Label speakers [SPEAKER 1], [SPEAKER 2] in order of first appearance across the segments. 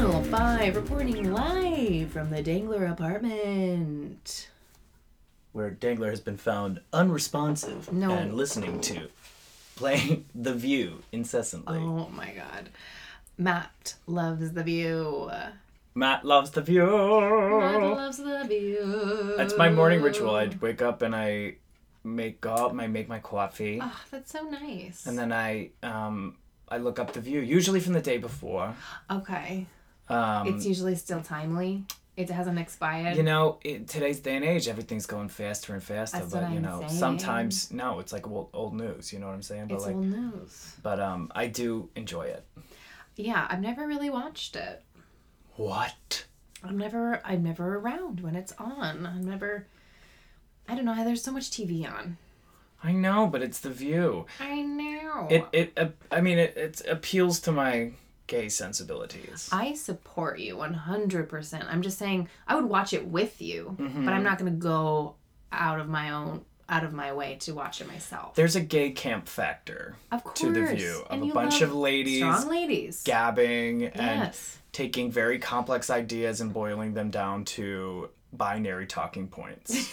[SPEAKER 1] Hi, reporting live from the Dangler apartment.
[SPEAKER 2] where Dangler has been found unresponsive
[SPEAKER 1] No.
[SPEAKER 2] and listening to, playing The View incessantly.
[SPEAKER 1] Oh my god. Matt loves the view.
[SPEAKER 2] Matt loves The View.
[SPEAKER 1] Matt loves the view.
[SPEAKER 2] That's my morning ritual. I
[SPEAKER 1] Uh.
[SPEAKER 2] wake up and I make up, I make my coffee,
[SPEAKER 1] Oh, that's so nice.
[SPEAKER 2] and then I um I look up The View, usually from the day before.
[SPEAKER 1] okay.
[SPEAKER 2] Um,
[SPEAKER 1] It's usually still timely. It hasn't expired.
[SPEAKER 2] you know, in today's day and age, everything's going faster and faster.
[SPEAKER 1] That's
[SPEAKER 2] but
[SPEAKER 1] what
[SPEAKER 2] you
[SPEAKER 1] I'm
[SPEAKER 2] know,
[SPEAKER 1] saying.
[SPEAKER 2] sometimes no, it's like old, old news. You know what I'm saying? But
[SPEAKER 1] it's
[SPEAKER 2] like,
[SPEAKER 1] old news.
[SPEAKER 2] but um, I do enjoy it.
[SPEAKER 1] Yeah, I've never really watched it.
[SPEAKER 2] What?
[SPEAKER 1] I'm never I'm never around when it's on. I'm never I don't know how there's so much TV on.
[SPEAKER 2] I know, but it's the view.
[SPEAKER 1] I know.
[SPEAKER 2] It it uh, I mean it, it appeals to my gay sensibilities.
[SPEAKER 1] I support you 100%. I'm just saying I would watch it with you, but
[SPEAKER 2] Mm-hmm.
[SPEAKER 1] I'm not going to go out of my own out of my way to watch it myself.
[SPEAKER 2] There's a gay camp factor
[SPEAKER 1] of course.
[SPEAKER 2] to the view of
[SPEAKER 1] And
[SPEAKER 2] a
[SPEAKER 1] you
[SPEAKER 2] bunch
[SPEAKER 1] love
[SPEAKER 2] of ladies
[SPEAKER 1] strong ladies.
[SPEAKER 2] gabbing and
[SPEAKER 1] yes.
[SPEAKER 2] taking very complex ideas and boiling them down to binary talking points.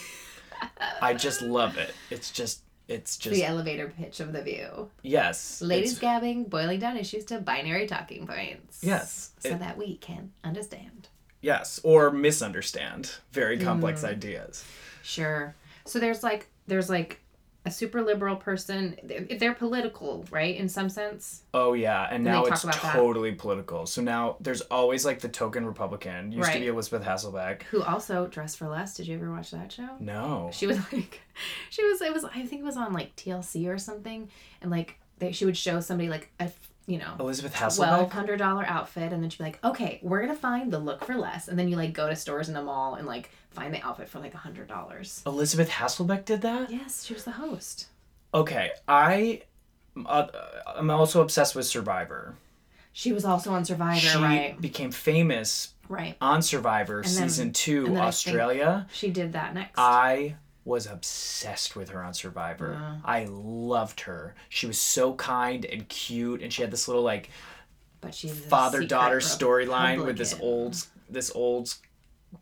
[SPEAKER 2] I just love it. It's just it's just
[SPEAKER 1] the elevator pitch of the view.
[SPEAKER 2] yes.
[SPEAKER 1] Ladies
[SPEAKER 2] it's-
[SPEAKER 1] gabbing, boiling down issues to binary talking points.
[SPEAKER 2] Yes,
[SPEAKER 1] So
[SPEAKER 2] it-
[SPEAKER 1] that we can understand.
[SPEAKER 2] yes, or misunderstand very complex
[SPEAKER 1] Mm.
[SPEAKER 2] ideas.
[SPEAKER 1] Sure. So there's like there's like a super liberal person. They're, they're political, right? In some sense.
[SPEAKER 2] Oh yeah, and
[SPEAKER 1] they
[SPEAKER 2] now
[SPEAKER 1] talk
[SPEAKER 2] it's
[SPEAKER 1] about that.
[SPEAKER 2] totally political. So now there's always like the token Republican. Used to
[SPEAKER 1] Right.
[SPEAKER 2] be Elizabeth Hasselbeck.
[SPEAKER 1] Who also dressed for less. Did you ever watch that show?
[SPEAKER 2] No.
[SPEAKER 1] she was like she was it was i think it was on like tlc or something and like they, she would show somebody like a you know
[SPEAKER 2] Elizabeth
[SPEAKER 1] twelve
[SPEAKER 2] Hasselbeck.
[SPEAKER 1] hundred dollar outfit and then she'd be like okay we're gonna find the look for less and then you like go to stores in the mall and like find the outfit for like a hundred dollars
[SPEAKER 2] Elizabeth Hasselbeck did that?
[SPEAKER 1] yes she was the host
[SPEAKER 2] Okay, I uh, I'm also obsessed with Survivor.
[SPEAKER 1] she was also on survivor
[SPEAKER 2] she
[SPEAKER 1] right
[SPEAKER 2] became famous
[SPEAKER 1] right
[SPEAKER 2] on Survivor
[SPEAKER 1] then-
[SPEAKER 2] season
[SPEAKER 1] and
[SPEAKER 2] 2
[SPEAKER 1] then I think-
[SPEAKER 2] Australia.
[SPEAKER 1] she did that next
[SPEAKER 2] I was obsessed with her on Survivor. I loved her. She was so kind and cute and she had this little like
[SPEAKER 1] but she's a
[SPEAKER 2] father-daughter
[SPEAKER 1] secret
[SPEAKER 2] storyline with this
[SPEAKER 1] Republican.
[SPEAKER 2] old this old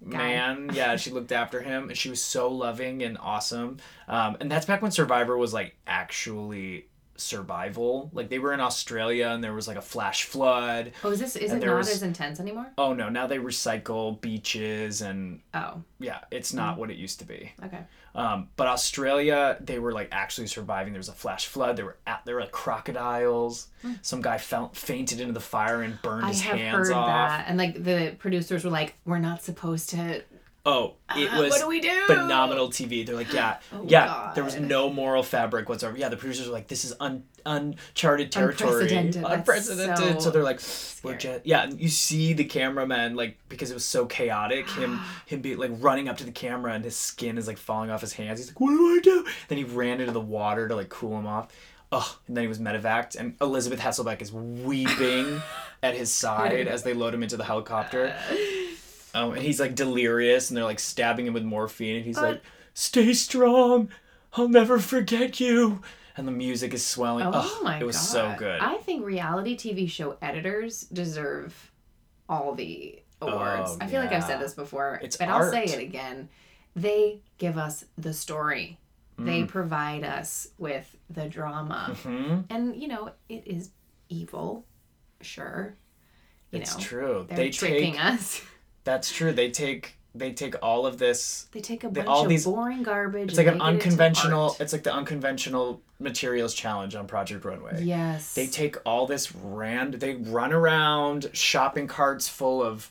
[SPEAKER 2] man. Yeah, she looked after him, and she was so loving and awesome. Um, and that's back when Survivor was like actually survival. Like they were in Australia, and there was like a flash flood.
[SPEAKER 1] oh is this is
[SPEAKER 2] and
[SPEAKER 1] it
[SPEAKER 2] there
[SPEAKER 1] not
[SPEAKER 2] was-
[SPEAKER 1] as intense anymore
[SPEAKER 2] Oh no! Now they recycle beaches, and
[SPEAKER 1] oh
[SPEAKER 2] yeah, it's not what it used to be.
[SPEAKER 1] okay
[SPEAKER 2] Um, but Australia, they were like actually surviving. There was a flash flood. There were at, there were like crocodiles. Some guy fell, fainted into the fire and burned
[SPEAKER 1] Hmm. I
[SPEAKER 2] his
[SPEAKER 1] have
[SPEAKER 2] hands
[SPEAKER 1] heard
[SPEAKER 2] off.
[SPEAKER 1] that, and like the producers were like, "We're not supposed to
[SPEAKER 2] Oh, it
[SPEAKER 1] Ah,
[SPEAKER 2] was
[SPEAKER 1] what do we do?
[SPEAKER 2] phenomenal TV. They're like, yeah, yeah. There was
[SPEAKER 1] God.
[SPEAKER 2] no moral fabric whatsoever. Yeah, the producers were like, this is un- uncharted territory,
[SPEAKER 1] Unprecedented. That's
[SPEAKER 2] Unprecedented.
[SPEAKER 1] so
[SPEAKER 2] So they're like, we're just yeah. And you see the cameraman like because it was so chaotic. Him him be like running up to the camera and his skin is like falling off his hands. He's like, what do I do? Then he ran into the water to like cool him off. Oh, and then he was medevaced, and Elizabeth Hasselbeck is weeping at his side as they load him into the
[SPEAKER 1] Uh,
[SPEAKER 2] helicopter. Um, and he's like delirious, and they're like stabbing him with morphine, and he's like, "Stay strong, I'll never forget you." And the music is swelling.
[SPEAKER 1] Oh,
[SPEAKER 2] Ugh,
[SPEAKER 1] my god.
[SPEAKER 2] it was so good.
[SPEAKER 1] I think reality TV show editors deserve all the awards.
[SPEAKER 2] Oh,
[SPEAKER 1] I feel like I've
[SPEAKER 2] yeah.
[SPEAKER 1] said this before,
[SPEAKER 2] It's
[SPEAKER 1] but I'll say
[SPEAKER 2] art.
[SPEAKER 1] it again. They give us the story.
[SPEAKER 2] Mm.
[SPEAKER 1] They provide us with the drama.
[SPEAKER 2] hmm?
[SPEAKER 1] And you know, it is evil, sure. You
[SPEAKER 2] It's
[SPEAKER 1] know.
[SPEAKER 2] true.
[SPEAKER 1] They're
[SPEAKER 2] They
[SPEAKER 1] tricking
[SPEAKER 2] take.
[SPEAKER 1] us.
[SPEAKER 2] That's true. They take. They take all of this.
[SPEAKER 1] They take a
[SPEAKER 2] They-
[SPEAKER 1] bunch
[SPEAKER 2] all
[SPEAKER 1] of
[SPEAKER 2] these-
[SPEAKER 1] boring garbage.
[SPEAKER 2] It's
[SPEAKER 1] and
[SPEAKER 2] like an
[SPEAKER 1] make it into
[SPEAKER 2] unconventional.
[SPEAKER 1] art.
[SPEAKER 2] It's like the unconventional materials challenge on Project Runway.
[SPEAKER 1] Yes.
[SPEAKER 2] They take all this rand. They run around shopping carts full of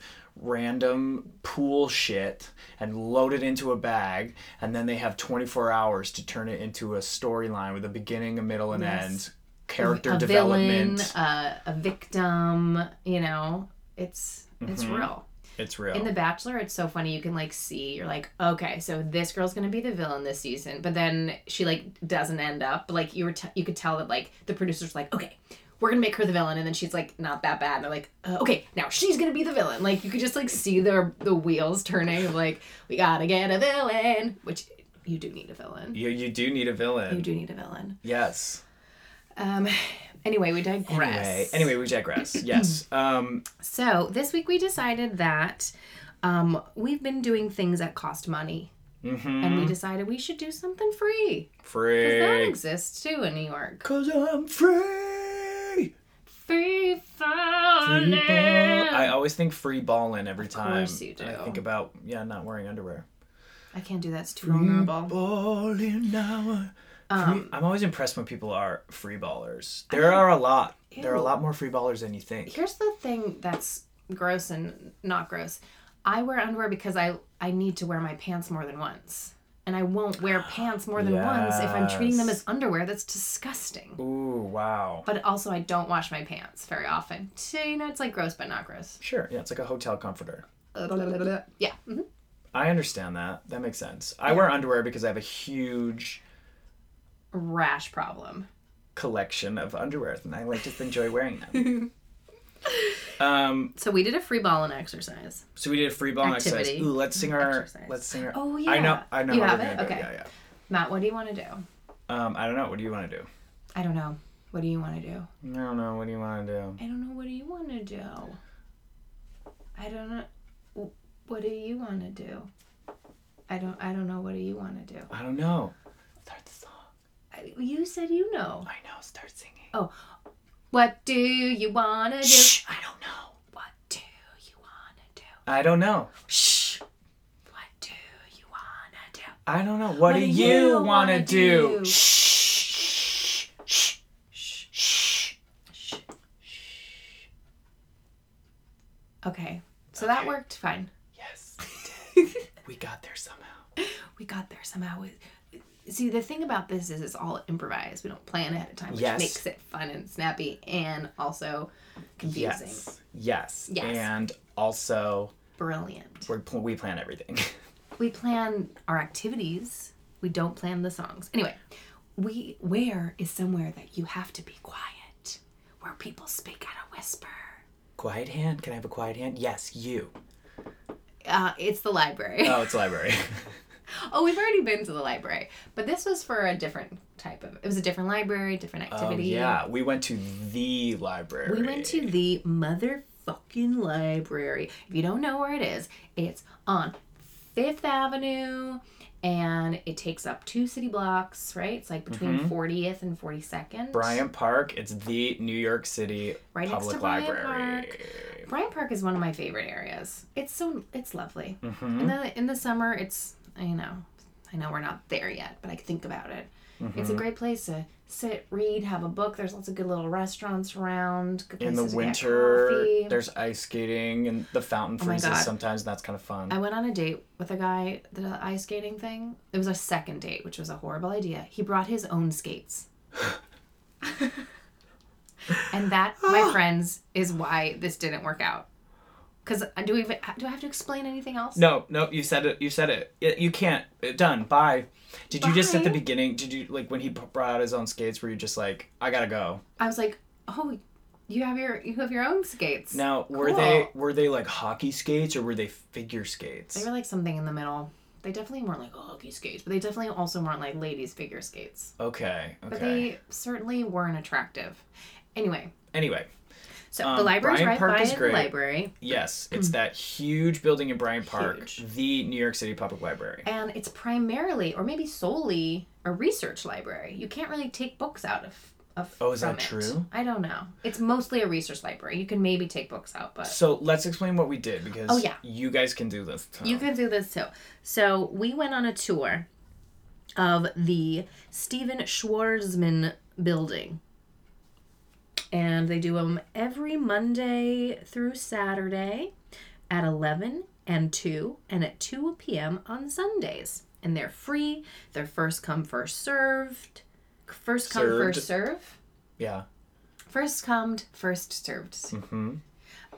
[SPEAKER 2] random pool shit and load it into a bag, and then they have 24 hours to turn it into a storyline with a beginning, a middle, and
[SPEAKER 1] Yes.
[SPEAKER 2] end. Character
[SPEAKER 1] a
[SPEAKER 2] development.
[SPEAKER 1] villain, a, a victim. You know, it's it's
[SPEAKER 2] Mm-hmm.
[SPEAKER 1] real.
[SPEAKER 2] it's real.
[SPEAKER 1] In The Bachelor, it's so funny. You can like see you're like, okay, so this girl's gonna be the villain this season, but then she like doesn't end up. But, Like you were, t- you could tell that like the producers were like, okay, we're gonna make her the villain, and then she's like not that bad. And they're like, uh, okay, now she's gonna be the villain. Like you could just like see the the wheels turning of like we gotta get a villain, which you do need a villain.
[SPEAKER 2] you, you do need a villain.
[SPEAKER 1] You do need a villain.
[SPEAKER 2] Yes.
[SPEAKER 1] Um, anyway, we digress.
[SPEAKER 2] Anyway, anyway, we digress. Yes. Um,
[SPEAKER 1] So this week we decided that um, we've been doing things that cost money,
[SPEAKER 2] mhm.
[SPEAKER 1] and we decided we should do something free. 'Cause That
[SPEAKER 2] Free.
[SPEAKER 1] exists too in New York.
[SPEAKER 2] Cause I'm
[SPEAKER 1] Free
[SPEAKER 2] free. Free
[SPEAKER 1] falling.
[SPEAKER 2] ball. I
[SPEAKER 1] I,
[SPEAKER 2] always think free ballin' every time.
[SPEAKER 1] course you
[SPEAKER 2] I
[SPEAKER 1] do.
[SPEAKER 2] think about yeah, not wearing underwear.
[SPEAKER 1] can't do that. It's too vulnerable.
[SPEAKER 2] Ballin' now. Free-
[SPEAKER 1] Um,
[SPEAKER 2] I'm always impressed when people are free ballers. There are a lot. There are a
[SPEAKER 1] Ew.
[SPEAKER 2] lot more free ballers than you think.
[SPEAKER 1] here's the thing that's gross and not gross. I wear underwear because I I need to wear my pants more than once. And I won't wear pants more than once if I'm treating them
[SPEAKER 2] Yes.
[SPEAKER 1] as underwear. That's disgusting.
[SPEAKER 2] Ooh, wow.
[SPEAKER 1] But also, I don't wash my pants very often. So, you know, it's like gross, but not gross.
[SPEAKER 2] Sure. Yeah, it's like a hotel comforter.
[SPEAKER 1] Yeah. mhm.
[SPEAKER 2] I understand that. That makes sense. I wear underwear because I have a huge
[SPEAKER 1] Rash problem.
[SPEAKER 2] collection of underwear and I like just enjoy wearing them. um,
[SPEAKER 1] So, we did a free ball and exercise.
[SPEAKER 2] so we did a free ball exercise.
[SPEAKER 1] Activity.
[SPEAKER 2] Ooh, let's sing our
[SPEAKER 1] Exercise.
[SPEAKER 2] let's sing our
[SPEAKER 1] Oh,
[SPEAKER 2] I
[SPEAKER 1] yeah.
[SPEAKER 2] know I know
[SPEAKER 1] You
[SPEAKER 2] how
[SPEAKER 1] have
[SPEAKER 2] we're
[SPEAKER 1] it?
[SPEAKER 2] gonna do it.
[SPEAKER 1] Okay.
[SPEAKER 2] Yeah, yeah.
[SPEAKER 1] Matt, what do you want to do?
[SPEAKER 2] Um, I don't know. What do you want to do?
[SPEAKER 1] I don't know. What do you want to do?
[SPEAKER 2] I don't know. What do you want to do?
[SPEAKER 1] I don't know. What do you want to do? I don't know. What do you want to do? I don't. I don't know. What do you want to do?
[SPEAKER 2] I don't know. Start the song.
[SPEAKER 1] I, you said you know.
[SPEAKER 2] I know. Start singing.
[SPEAKER 1] What do you want to do?
[SPEAKER 2] I don't know.
[SPEAKER 1] What do you want to do?
[SPEAKER 2] I don't know.
[SPEAKER 1] Shh. What do you want to do?
[SPEAKER 2] I don't know. What, do you, want to do? Shh. Shh.
[SPEAKER 1] Shh.
[SPEAKER 2] Shh.
[SPEAKER 1] Shh. Okay. So that
[SPEAKER 2] Okay.
[SPEAKER 1] worked fine.
[SPEAKER 2] Yes, we got there somehow.
[SPEAKER 1] we got there somehow. We- See, the thing about this is it's all improvised. We don't plan ahead of time, which
[SPEAKER 2] Yes.
[SPEAKER 1] makes it fun and snappy and also confusing.
[SPEAKER 2] Yes. Yes.
[SPEAKER 1] Yes.
[SPEAKER 2] And also,
[SPEAKER 1] Brilliant.
[SPEAKER 2] we're, pl- we plan everything.
[SPEAKER 1] We plan our activities. We don't plan the songs. Anyway, we where is somewhere that you have to be quiet, where people speak at a whisper.
[SPEAKER 2] quiet hand. Can I have a quiet hand? Yes, you.
[SPEAKER 1] Uh, it's the library.
[SPEAKER 2] Oh, it's library.
[SPEAKER 1] Oh, we've already been to the library, but this was for a different type of. It was a different library, different
[SPEAKER 2] oh,
[SPEAKER 1] activity.
[SPEAKER 2] yeah. We went to the library.
[SPEAKER 1] We went to the motherfucking library. If you don't know where it is, it's on Fifth Avenue and it takes up two city blocks, right? It's like between
[SPEAKER 2] Mm-hmm.
[SPEAKER 1] 40th and 42nd.
[SPEAKER 2] Bryant Park. It's the New York City
[SPEAKER 1] Right next
[SPEAKER 2] Public
[SPEAKER 1] to Bryant
[SPEAKER 2] Library.
[SPEAKER 1] Bryant Park is one of my favorite areas. It's so it's lovely.
[SPEAKER 2] Mhm.
[SPEAKER 1] In the in the summer, it's I know, I know we're not there yet, but I think about it.
[SPEAKER 2] Mm-hmm.
[SPEAKER 1] It's a great place to sit, read, have a book. There's lots of good little restaurants around. Good
[SPEAKER 2] In the
[SPEAKER 1] places to get
[SPEAKER 2] winter,
[SPEAKER 1] coffee.
[SPEAKER 2] there's ice skating and the fountain
[SPEAKER 1] Oh my
[SPEAKER 2] freezes
[SPEAKER 1] God. Um,
[SPEAKER 2] sometimes. And that's kind of fun.
[SPEAKER 1] I went on a date with a guy, the ice skating thing. It was a second date, which was a horrible idea. He brought his own skates. and that,
[SPEAKER 2] Ah.
[SPEAKER 1] my friends, is why this didn't work out. Cuz do we do I have to explain anything else?
[SPEAKER 2] No, no, you said it. You said it. Y- You can't. Uh, Done. Bye. Did you just at the
[SPEAKER 1] Bye.
[SPEAKER 2] beginning? Did you like when he b- brought out his own skates? Were you just like, I gotta go?
[SPEAKER 1] I was like, "Oh, you have your you have your own skates."
[SPEAKER 2] Now, were they were they like hockey skates or were they figure skates?
[SPEAKER 1] They were like something in the middle. They definitely weren't like hockey skates, but they definitely also weren't like ladies figure skates.
[SPEAKER 2] okay. Okay.
[SPEAKER 1] But they certainly weren't attractive. Anyway,
[SPEAKER 2] Anyway,
[SPEAKER 1] so the
[SPEAKER 2] Um,
[SPEAKER 1] library's
[SPEAKER 2] Bryant
[SPEAKER 1] right
[SPEAKER 2] Park
[SPEAKER 1] by
[SPEAKER 2] is
[SPEAKER 1] the
[SPEAKER 2] great.
[SPEAKER 1] library.
[SPEAKER 2] yes, it's that huge building in Bryant Park,
[SPEAKER 1] Hmm. Huge.
[SPEAKER 2] the New York City Public Library.
[SPEAKER 1] and it's primarily or maybe solely a research library. You can't really take books out of of
[SPEAKER 2] Oh, is
[SPEAKER 1] from
[SPEAKER 2] that
[SPEAKER 1] it.
[SPEAKER 2] true?
[SPEAKER 1] I don't know. It's mostly a research library. You can maybe take books out, but
[SPEAKER 2] So let's explain what we did because
[SPEAKER 1] Oh, yeah.
[SPEAKER 2] you guys can do this. Too.
[SPEAKER 1] you can do this too. So, we went on a tour of the Steven Schwarzman building. And they do them every Monday through Saturday at 11 and 2 and at 2 p.m. on Sundays. And they're free. They're first come, first served. First come,
[SPEAKER 2] Served.
[SPEAKER 1] first serve.
[SPEAKER 2] Yeah.
[SPEAKER 1] First come, first served.
[SPEAKER 2] Mm-hmm.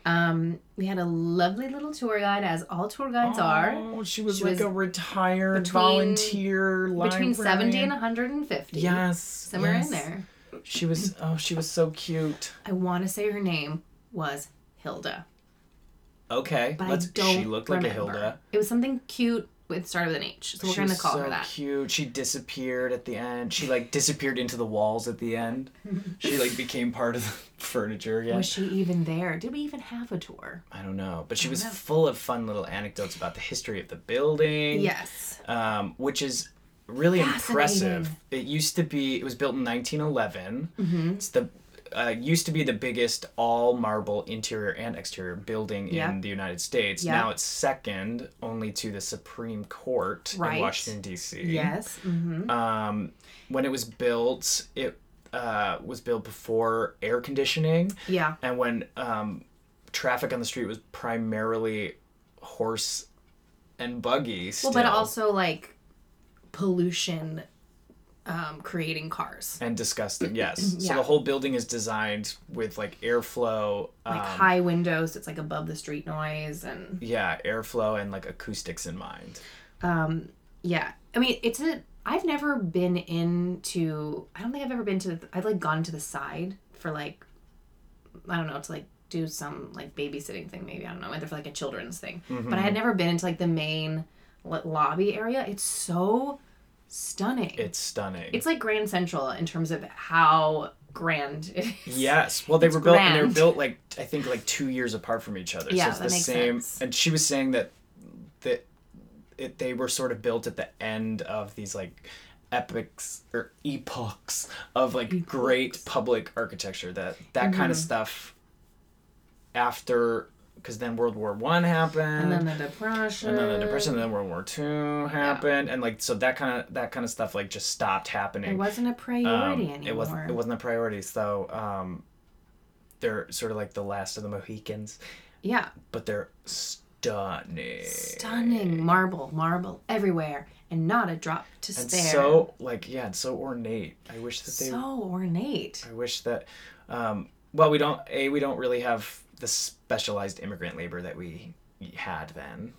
[SPEAKER 1] Um, we had a lovely little tour guide, as all tour guides are,
[SPEAKER 2] Oh, she was
[SPEAKER 1] She
[SPEAKER 2] like
[SPEAKER 1] was
[SPEAKER 2] a retired
[SPEAKER 1] between-
[SPEAKER 2] volunteer
[SPEAKER 1] between 70 and
[SPEAKER 2] librarian.
[SPEAKER 1] 150.
[SPEAKER 2] Yes.
[SPEAKER 1] Somewhere
[SPEAKER 2] yes.
[SPEAKER 1] in there.
[SPEAKER 2] She was oh, she was so cute.
[SPEAKER 1] I want to say her name was Hilda.
[SPEAKER 2] Okay,
[SPEAKER 1] But
[SPEAKER 2] let's.
[SPEAKER 1] I don't
[SPEAKER 2] she looked like
[SPEAKER 1] remember.
[SPEAKER 2] a Hilda.
[SPEAKER 1] It was something cute It started with an H, so we're
[SPEAKER 2] She
[SPEAKER 1] gonna
[SPEAKER 2] was
[SPEAKER 1] call
[SPEAKER 2] so
[SPEAKER 1] her that.
[SPEAKER 2] Cute. She disappeared at the end. She like disappeared into the walls at the end. She like became part of the furniture again.
[SPEAKER 1] Was she even there? Did we even have a tour?
[SPEAKER 2] I don't know, but she was
[SPEAKER 1] know.
[SPEAKER 2] full of fun little anecdotes about the history of the building.
[SPEAKER 1] Yes.
[SPEAKER 2] um, which is really impressive.
[SPEAKER 1] Fascinating.
[SPEAKER 2] It used to be. It was built in 1911.
[SPEAKER 1] Mm-hmm.
[SPEAKER 2] It's the uh, used to be the biggest all marble interior and exterior building in
[SPEAKER 1] Yep.
[SPEAKER 2] the United States.
[SPEAKER 1] Yep.
[SPEAKER 2] Now it's second only to the Supreme Court
[SPEAKER 1] Right.
[SPEAKER 2] in Washington D.C.
[SPEAKER 1] Yes. Mm-hmm.
[SPEAKER 2] Um, when it was built, it uh, was built before air conditioning
[SPEAKER 1] Yeah.
[SPEAKER 2] and when um, traffic on the street was primarily horse and buggy still,
[SPEAKER 1] Well, but also like pollution um, creating cars,
[SPEAKER 2] and disgusting yes so
[SPEAKER 1] Yeah.
[SPEAKER 2] the whole building is designed with like airflow um,
[SPEAKER 1] like high windows. It's like above the street noise, and
[SPEAKER 2] yeah airflow and like acoustics in mind
[SPEAKER 1] yeah. I mean, it's a. I've never been into. I don't think I've ever been to. I've like gone to the side for like, I don't know, to like do some like babysitting thing. Maybe I don't know. I went there for like a children's thing, but
[SPEAKER 2] Mm-hmm.
[SPEAKER 1] I had never been into like the main lo- lobby area. It's so stunning.
[SPEAKER 2] it's stunning
[SPEAKER 1] It's like Grand Central in terms of how grand it is.
[SPEAKER 2] Yes. Well, they were built and they were
[SPEAKER 1] grand.
[SPEAKER 2] built like I think like two years apart from each other.
[SPEAKER 1] Yeah,
[SPEAKER 2] so it's
[SPEAKER 1] that
[SPEAKER 2] the
[SPEAKER 1] makes
[SPEAKER 2] same.
[SPEAKER 1] sense.
[SPEAKER 2] And she was saying that that it, they were sort of built at the end of these like epics or epochs of like great public architecture. That that kind
[SPEAKER 1] Mm-hmm.
[SPEAKER 2] of stuff after because then World War One happened.
[SPEAKER 1] And then the depression.
[SPEAKER 2] and then the
[SPEAKER 1] Uh,
[SPEAKER 2] depression, and then World War Two happened, and like so that kind of that kind of stuff like just stopped happening.
[SPEAKER 1] It wasn't a priority
[SPEAKER 2] Um,
[SPEAKER 1] anymore.
[SPEAKER 2] It wasn't. It wasn't a priority. So um, they're sort of like the last of the Mohicans,
[SPEAKER 1] yeah,
[SPEAKER 2] but they're stunning.
[SPEAKER 1] stunning marble, marble everywhere, and not a drop to
[SPEAKER 2] And
[SPEAKER 1] spare.
[SPEAKER 2] so like yeah, and so ornate. I wish that they.
[SPEAKER 1] So ornate.
[SPEAKER 2] I wish that. Um, well, we don't. A we don't really have the specialized immigrant labor that we had then.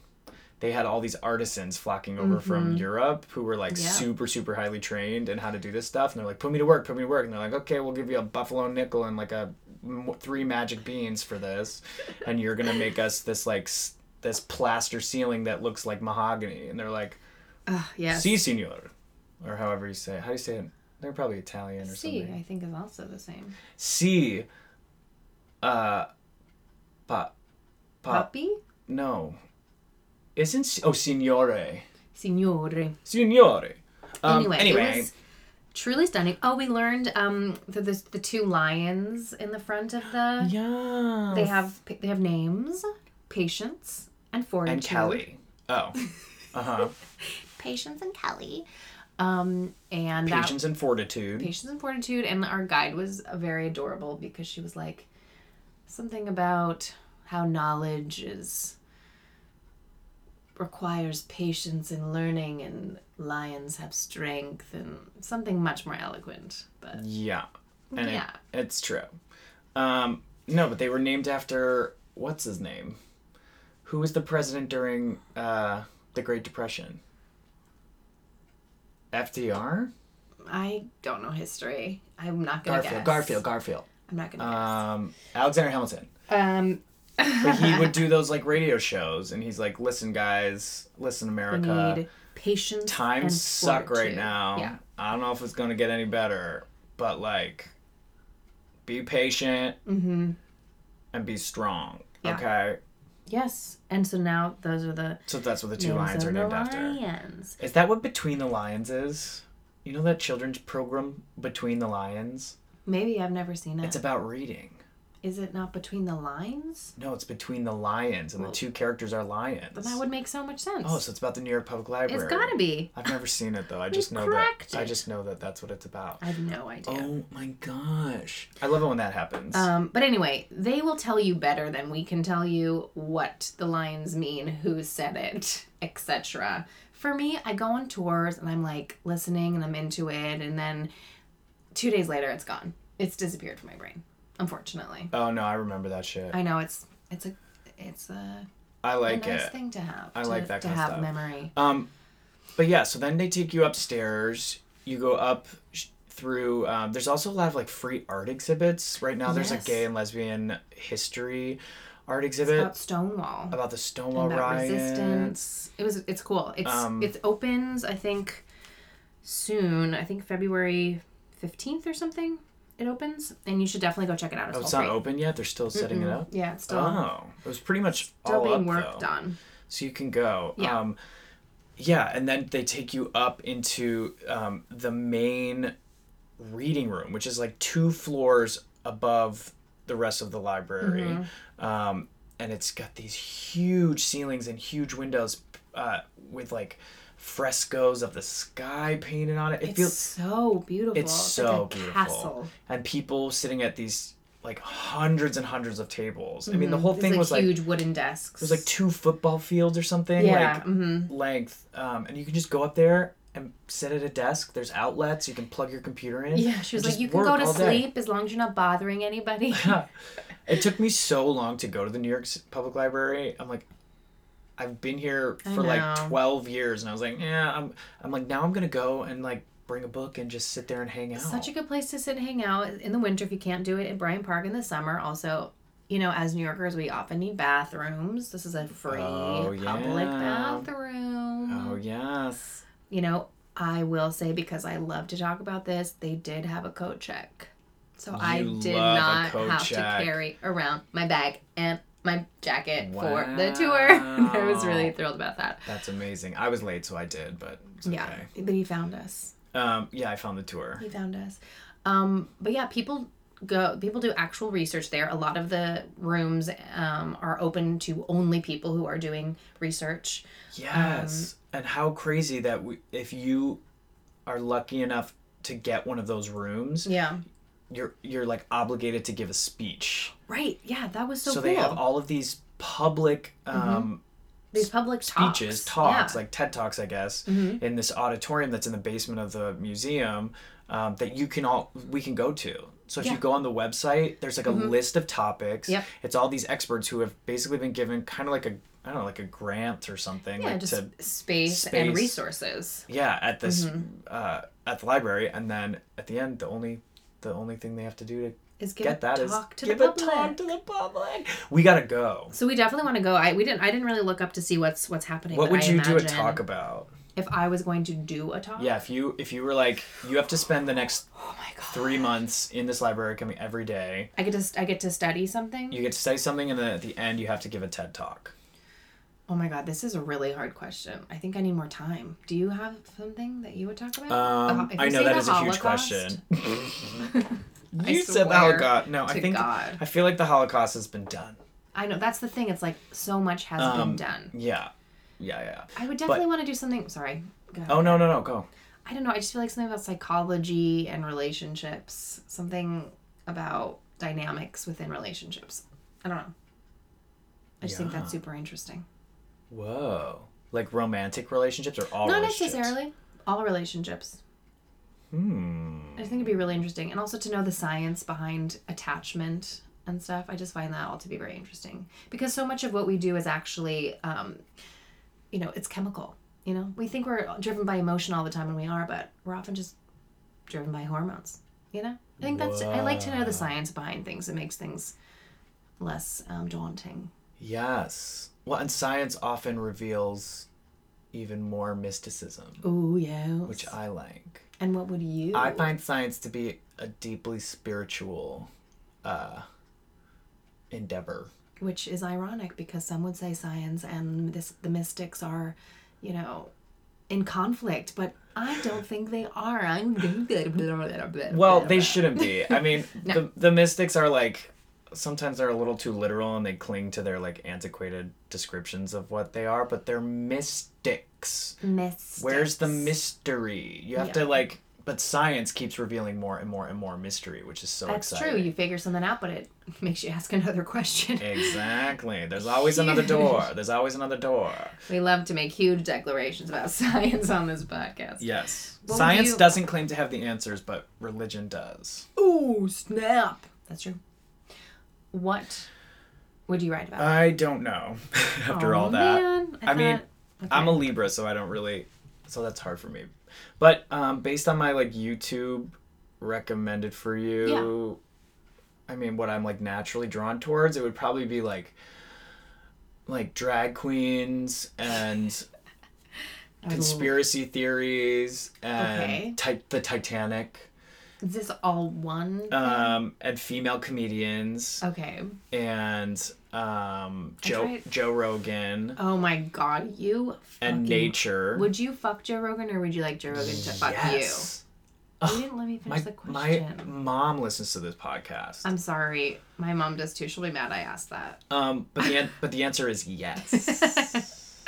[SPEAKER 2] They had all these artisans flocking over from Europe who were like
[SPEAKER 1] Mm-hmm. Yeah.
[SPEAKER 2] super, super highly trained in how to do this stuff. And they're like, put me to work, put me to work. And they're like, okay, we'll give you a buffalo nickel and like a m- three magic beans for this. And you're going to make us this like s- this plaster ceiling that looks like mahogany. And they're like,
[SPEAKER 1] Ugh, yes.
[SPEAKER 2] si, signor. Or however you say it. How do you say it? They're probably Italian or
[SPEAKER 1] C,
[SPEAKER 2] something.
[SPEAKER 1] I think, is also the same.
[SPEAKER 2] C. Uh, pop, pop.
[SPEAKER 1] Puppy?
[SPEAKER 2] No, isn't s- oh signore,
[SPEAKER 1] Signore.
[SPEAKER 2] signore. Um,
[SPEAKER 1] anyway,
[SPEAKER 2] anyway,
[SPEAKER 1] it was truly stunning. Oh, we learned um, that there's the two lions in the front of the.
[SPEAKER 2] yeah.
[SPEAKER 1] They have they have names, patience, and fortitude.
[SPEAKER 2] and Kelly. Oh, uh huh.
[SPEAKER 1] Patience and Kelly. Um, and that
[SPEAKER 2] Patience and fortitude.
[SPEAKER 1] patience and fortitude. And our guide was uh, very adorable because she was like something about how knowledge is requires patience and learning, and lions have strength, and something much more eloquent. But
[SPEAKER 2] Yeah, and it-
[SPEAKER 1] Yeah.
[SPEAKER 2] it's true. Um, no, but they were named after what's his name, who was the president during uh the Great Depression. FDR.
[SPEAKER 1] I don't know history. I'm not gonna
[SPEAKER 2] Garfield,
[SPEAKER 1] guess.
[SPEAKER 2] Garfield, Garfield.
[SPEAKER 1] I'm not gonna
[SPEAKER 2] Um, Alexander Hamilton.
[SPEAKER 1] guess. Um,
[SPEAKER 2] But he would do those like radio shows, and he's like, "Listen, guys, listen, America,
[SPEAKER 1] need patience. and
[SPEAKER 2] times uh, suck right
[SPEAKER 1] fortitude."
[SPEAKER 2] now.
[SPEAKER 1] Yeah.
[SPEAKER 2] I don't know if it's gonna get any better, but like, be patient and be strong.
[SPEAKER 1] Mm-hmm. Yeah.
[SPEAKER 2] Okay,
[SPEAKER 1] Yes. And so now those are the
[SPEAKER 2] so that's what the two
[SPEAKER 1] names
[SPEAKER 2] lions
[SPEAKER 1] of
[SPEAKER 2] are
[SPEAKER 1] the
[SPEAKER 2] named after.
[SPEAKER 1] lions.
[SPEAKER 2] Is that what Between the Lions is? You know that children's program, Between the Lions.
[SPEAKER 1] Maybe I've never seen it.
[SPEAKER 2] It's about reading.
[SPEAKER 1] Is it not between the lines?
[SPEAKER 2] No, it's Between the Lions, and the two characters are lions.
[SPEAKER 1] Then that would make so much sense.
[SPEAKER 2] Oh, so it's about the New York Public Library.
[SPEAKER 1] it's gotta be.
[SPEAKER 2] I've never seen it though. I just know that.
[SPEAKER 1] cracked
[SPEAKER 2] I
[SPEAKER 1] it.
[SPEAKER 2] just know that that's what it's about.
[SPEAKER 1] I have no idea.
[SPEAKER 2] Oh my gosh! I love it when that happens.
[SPEAKER 1] Um, but anyway, they will tell you better than we can tell you what the lines mean, who said it, etc. For me, I go on tours and I'm like listening and I'm into it, and then two days later, it's gone. It's disappeared from my brain. Unfortunately,
[SPEAKER 2] oh no, I remember that shit. I,
[SPEAKER 1] I know it's it's a it's a, a
[SPEAKER 2] like
[SPEAKER 1] nice
[SPEAKER 2] it.
[SPEAKER 1] thing to have.
[SPEAKER 2] I
[SPEAKER 1] to,
[SPEAKER 2] like that
[SPEAKER 1] to
[SPEAKER 2] kind of
[SPEAKER 1] have
[SPEAKER 2] stuff.
[SPEAKER 1] memory.
[SPEAKER 2] Um, but yeah, so then they take you upstairs. You go up sh- through. Um, there's also a lot of like free art exhibits right now. There's
[SPEAKER 1] Yes.
[SPEAKER 2] a gay and lesbian history art
[SPEAKER 1] It's
[SPEAKER 2] exhibit
[SPEAKER 1] about Stonewall.
[SPEAKER 2] about the Stonewall
[SPEAKER 1] about
[SPEAKER 2] riots.
[SPEAKER 1] resistance. It was it's cool. It's
[SPEAKER 2] Um,
[SPEAKER 1] it opens I think soon. I think February fifteenth or something. It opens, and you should definitely go check it out. It's,
[SPEAKER 2] Oh, it's
[SPEAKER 1] all
[SPEAKER 2] not
[SPEAKER 1] free.
[SPEAKER 2] open yet. They're still setting it up.
[SPEAKER 1] Yeah, it's still
[SPEAKER 2] Oh, it was pretty much
[SPEAKER 1] still
[SPEAKER 2] all
[SPEAKER 1] being
[SPEAKER 2] up,
[SPEAKER 1] worked
[SPEAKER 2] though.
[SPEAKER 1] on.
[SPEAKER 2] so you can go.
[SPEAKER 1] Yeah.
[SPEAKER 2] Um, yeah, and then they take you up into um, the main reading room, which is like two floors above the rest of the library.
[SPEAKER 1] Mm-hmm.
[SPEAKER 2] Um, and it's got these huge ceilings and huge windows uh, with like frescoes of the sky painted on it. It
[SPEAKER 1] It's
[SPEAKER 2] feels
[SPEAKER 1] so beautiful.
[SPEAKER 2] it's so
[SPEAKER 1] like a
[SPEAKER 2] beautiful.
[SPEAKER 1] Castle.
[SPEAKER 2] and people sitting at these like hundreds and hundreds of tables. I mean, the whole
[SPEAKER 1] Mm-hmm. It's
[SPEAKER 2] thing
[SPEAKER 1] like
[SPEAKER 2] was like
[SPEAKER 1] huge wooden desks.
[SPEAKER 2] it was like two football fields or something
[SPEAKER 1] yeah,
[SPEAKER 2] like
[SPEAKER 1] hmm
[SPEAKER 2] length um, and you can just go up there and sit at a desk there's outlets you can plug your computer in
[SPEAKER 1] yeah. She was like,
[SPEAKER 2] and just
[SPEAKER 1] you can
[SPEAKER 2] work
[SPEAKER 1] go to
[SPEAKER 2] all day."
[SPEAKER 1] sleep as long as you're not bothering anybody.
[SPEAKER 2] it took me so long to go to the new york S- public library i'm like i've been here
[SPEAKER 1] I
[SPEAKER 2] for like
[SPEAKER 1] know.
[SPEAKER 2] 12 years and i was like yeah i'm i'm like now i'm gonna go and like bring a book and just sit there and hang out
[SPEAKER 1] Such a good place to sit and hang out in the winter if you can't do it at Bryant Park in the summer. Also, you know, as New Yorkers, we often need bathrooms. This is a free
[SPEAKER 2] Oh,
[SPEAKER 1] public
[SPEAKER 2] yeah.
[SPEAKER 1] bathroom.
[SPEAKER 2] oh yes
[SPEAKER 1] You know, I will say because I love to talk about this, they did have a coat check. So I
[SPEAKER 2] You
[SPEAKER 1] did
[SPEAKER 2] love a
[SPEAKER 1] not
[SPEAKER 2] coat
[SPEAKER 1] have
[SPEAKER 2] check.
[SPEAKER 1] to carry around my bag and my jacket for the tour. I was really
[SPEAKER 2] Wow.
[SPEAKER 1] thrilled about that.
[SPEAKER 2] that's amazing i was late so i did but it's okay.
[SPEAKER 1] Yeah. But he found us.
[SPEAKER 2] um yeah i found the tour
[SPEAKER 1] He found us. Um, but yeah, people go. People do actual research there. A lot of the rooms um, are open to only people who are doing research.
[SPEAKER 2] Yes. and how crazy that we, if you are lucky enough to get one of those rooms,
[SPEAKER 1] Yeah.
[SPEAKER 2] you're you're like obligated to give a speech.
[SPEAKER 1] Right. Yeah, that was so,
[SPEAKER 2] So,
[SPEAKER 1] Oh, cool.
[SPEAKER 2] they have all of these public um,
[SPEAKER 1] These public talks.
[SPEAKER 2] speeches, talks,
[SPEAKER 1] Yeah. Mm-hmm.
[SPEAKER 2] like TED Talks, I guess, in this auditorium that's in the basement of the museum um, that you can all we can go to. So if
[SPEAKER 1] Yeah. Mm-hmm.
[SPEAKER 2] you go on the website, there's like a list of topics.
[SPEAKER 1] Yep.
[SPEAKER 2] It's all these experts who have basically been given kind of like a I don't know like a grant or something
[SPEAKER 1] yeah,
[SPEAKER 2] like
[SPEAKER 1] just
[SPEAKER 2] to
[SPEAKER 1] space, and
[SPEAKER 2] space.
[SPEAKER 1] resources.
[SPEAKER 2] yeah at this
[SPEAKER 1] Mm-hmm.
[SPEAKER 2] uh, at the library and then at the end the only the only thing they have to do to
[SPEAKER 1] Is give
[SPEAKER 2] get
[SPEAKER 1] a
[SPEAKER 2] that is
[SPEAKER 1] talk to
[SPEAKER 2] give
[SPEAKER 1] the
[SPEAKER 2] a
[SPEAKER 1] public.
[SPEAKER 2] talk to the public we gotta go
[SPEAKER 1] so we definitely want to go. I we didn't. I didn't really look up to see what's what's happening.
[SPEAKER 2] what
[SPEAKER 1] but
[SPEAKER 2] would
[SPEAKER 1] I
[SPEAKER 2] you do a
[SPEAKER 1] imagine
[SPEAKER 2] talk about
[SPEAKER 1] if I was going to do a talk?
[SPEAKER 2] yeah if you if you were like you have to spend the next
[SPEAKER 1] Oh my god.
[SPEAKER 2] three months in this library coming every day
[SPEAKER 1] I get to I get to study something.
[SPEAKER 2] you get to say something and then at the end you have to give a ted talk
[SPEAKER 1] Oh my god, this is a really hard question. I think I need more time. Do you have something that you would talk about?
[SPEAKER 2] um,
[SPEAKER 1] The ho- Oh, if
[SPEAKER 2] i
[SPEAKER 1] you
[SPEAKER 2] know
[SPEAKER 1] say
[SPEAKER 2] that
[SPEAKER 1] the
[SPEAKER 2] is a huge
[SPEAKER 1] Holocaust,
[SPEAKER 2] question
[SPEAKER 1] I
[SPEAKER 2] you said the
[SPEAKER 1] swear
[SPEAKER 2] holocaust no i
[SPEAKER 1] to
[SPEAKER 2] think
[SPEAKER 1] God.
[SPEAKER 2] i feel like the holocaust has been done
[SPEAKER 1] I know that's the thing. It's like so much has been
[SPEAKER 2] Um,
[SPEAKER 1] done.
[SPEAKER 2] yeah yeah yeah
[SPEAKER 1] I would definitely want to do something. Sorry. Go ahead.
[SPEAKER 2] oh no no no go
[SPEAKER 1] I don't know. I just feel like something about psychology and relationships. Something about dynamics within relationships. I don't know. I just think
[SPEAKER 2] Yeah.
[SPEAKER 1] that's super interesting.
[SPEAKER 2] Whoa. Like romantic relationships or all
[SPEAKER 1] Not
[SPEAKER 2] relationships?
[SPEAKER 1] necessarily all relationships.
[SPEAKER 2] Hmm.
[SPEAKER 1] I just think it'd be really interesting, and also to know the science behind attachment and stuff. I just find that all to be very interesting because so much of what we do is actually, um, you know, it's chemical. You know, we think we're driven by emotion all the time, and we are, but we're often just driven by hormones. You know, I think that's. I like to know the science behind things. It makes things less um, daunting.
[SPEAKER 2] Yes. Well, and science often reveals even more mysticism,
[SPEAKER 1] Oh yeah.
[SPEAKER 2] which I like.
[SPEAKER 1] and what would you?
[SPEAKER 2] I find science to be a deeply spiritual uh, endeavor.
[SPEAKER 1] which is ironic because some would say science and this the mystics are, you know, in conflict, but I don't think they are. I'm
[SPEAKER 2] Well, they shouldn't be. I mean, the, the mystics are like sometimes they're a little too literal and they cling to their like antiquated descriptions of what they are, but they're mystics.
[SPEAKER 1] mystics.
[SPEAKER 2] Where's the mystery? You have
[SPEAKER 1] Yeah.
[SPEAKER 2] to like, but science keeps revealing more and more and more mystery, which is so
[SPEAKER 1] That's true.
[SPEAKER 2] exciting.
[SPEAKER 1] You figure something out, but it makes you ask another question.
[SPEAKER 2] Exactly. There's always another door. There's always another door.
[SPEAKER 1] We love to make huge declarations about science on this podcast.
[SPEAKER 2] Yes.
[SPEAKER 1] would
[SPEAKER 2] science
[SPEAKER 1] you-
[SPEAKER 2] doesn't claim to have the answers, but religion does.
[SPEAKER 1] Ooh, snap. That's true. What would you write about?
[SPEAKER 2] I don't know. After
[SPEAKER 1] Aw,
[SPEAKER 2] all that,
[SPEAKER 1] man.
[SPEAKER 2] I mean,
[SPEAKER 1] thought-
[SPEAKER 2] I'm a Libra, so I don't really. So that's hard for me. But um, based on my like YouTube recommended for you, I mean, what I'm like naturally drawn towards, it would probably be like, like drag queens and
[SPEAKER 1] I would love-
[SPEAKER 2] conspiracy theories and
[SPEAKER 1] Okay.
[SPEAKER 2] tit- the Titanic
[SPEAKER 1] Is this all one?
[SPEAKER 2] um, and female comedians
[SPEAKER 1] okay.
[SPEAKER 2] and
[SPEAKER 1] Oh.
[SPEAKER 2] um,
[SPEAKER 1] I
[SPEAKER 2] Joe
[SPEAKER 1] tried-
[SPEAKER 2] Joe Rogan
[SPEAKER 1] Oh my god, you
[SPEAKER 2] and
[SPEAKER 1] fucking-
[SPEAKER 2] nature.
[SPEAKER 1] Would you fuck Joe Rogan or would you like Joe Rogan to fuck
[SPEAKER 2] yes.
[SPEAKER 1] you? You didn't let me finish
[SPEAKER 2] My,
[SPEAKER 1] the
[SPEAKER 2] my
[SPEAKER 1] question.
[SPEAKER 2] mom listens to this podcast.
[SPEAKER 1] I'm sorry. My mom does too. She'll be mad I asked that.
[SPEAKER 2] Um, but the an- but the answer is yes.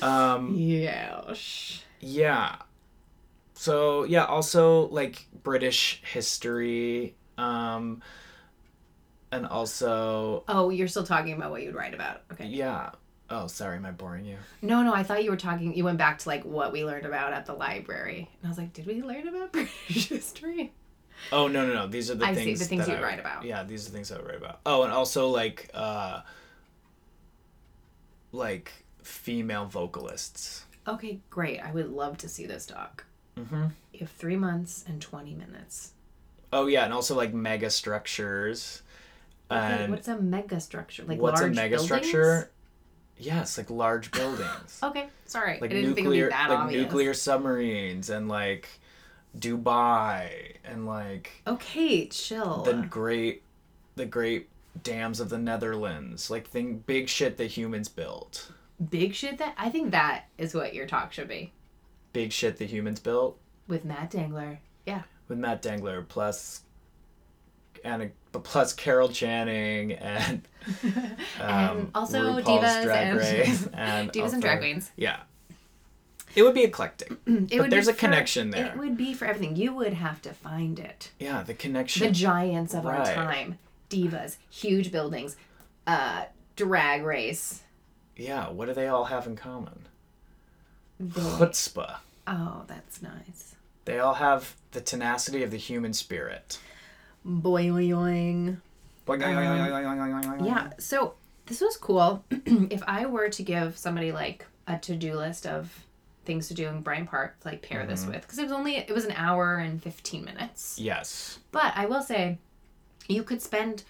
[SPEAKER 2] um,
[SPEAKER 1] Yeah.
[SPEAKER 2] yeah. So yeah, also like British history, um, and also
[SPEAKER 1] Oh, you're still talking about what you'd write about. Okay.
[SPEAKER 2] yeah. Oh, sorry, am I boring you?
[SPEAKER 1] No, no, I thought you were talking. You went back to like what we learned about at the library, and I was like, did we learn about British history?
[SPEAKER 2] Oh no no no! These are the
[SPEAKER 1] I see,
[SPEAKER 2] things
[SPEAKER 1] the things
[SPEAKER 2] that
[SPEAKER 1] you'd
[SPEAKER 2] I-
[SPEAKER 1] write about.
[SPEAKER 2] Yeah, these are the things I would write about. Oh, and also like uh, like female vocalists.
[SPEAKER 1] Okay, great. I would love to see this doc.
[SPEAKER 2] Mm-hmm.
[SPEAKER 1] You have three months and twenty minutes.
[SPEAKER 2] Oh yeah, and also like mega structures.
[SPEAKER 1] Okay,
[SPEAKER 2] And
[SPEAKER 1] what's a mega structure? Like
[SPEAKER 2] what's a
[SPEAKER 1] large
[SPEAKER 2] mega
[SPEAKER 1] buildings?
[SPEAKER 2] structure? Yes, like large buildings.
[SPEAKER 1] Okay, sorry.
[SPEAKER 2] like
[SPEAKER 1] I didn't think it
[SPEAKER 2] nuclear
[SPEAKER 1] would be that
[SPEAKER 2] like
[SPEAKER 1] obvious.
[SPEAKER 2] nuclear submarines and like Dubai and like
[SPEAKER 1] Okay, chill.
[SPEAKER 2] the great the great dams of the Netherlands. Like thing big shit that humans built.
[SPEAKER 1] Big shit that I think that is what your talk should be
[SPEAKER 2] Big shit that humans built
[SPEAKER 1] with Matt Dangler. Yeah.
[SPEAKER 2] with Matt Dengler plus and plus Carol Channing and um,
[SPEAKER 1] And also
[SPEAKER 2] RuPaul's
[SPEAKER 1] divas
[SPEAKER 2] Drag
[SPEAKER 1] and-
[SPEAKER 2] Race and
[SPEAKER 1] Divas and drag
[SPEAKER 2] also-
[SPEAKER 1] queens.
[SPEAKER 2] Yeah. It would be eclectic.
[SPEAKER 1] It would be
[SPEAKER 2] there's a
[SPEAKER 1] for-
[SPEAKER 2] connection there.
[SPEAKER 1] It would be for everything. You would have to find it.
[SPEAKER 2] Yeah, the
[SPEAKER 1] the
[SPEAKER 2] connection.
[SPEAKER 1] giants of our
[SPEAKER 2] Right.
[SPEAKER 1] time divas huge buildings uh drag race
[SPEAKER 2] yeah, what do they all have in common?
[SPEAKER 1] The-
[SPEAKER 2] Chutzpah.
[SPEAKER 1] oh that's nice
[SPEAKER 2] They all have the tenacity of the human spirit.
[SPEAKER 1] boiling Um, yeah so this was cool if i were to give somebody like a to-do list of things to do in brian park to, like pair this
[SPEAKER 2] Mm-hmm.
[SPEAKER 1] with because it was only it was an hour and 15 minutes
[SPEAKER 2] Yes.
[SPEAKER 1] But I will say, you could spend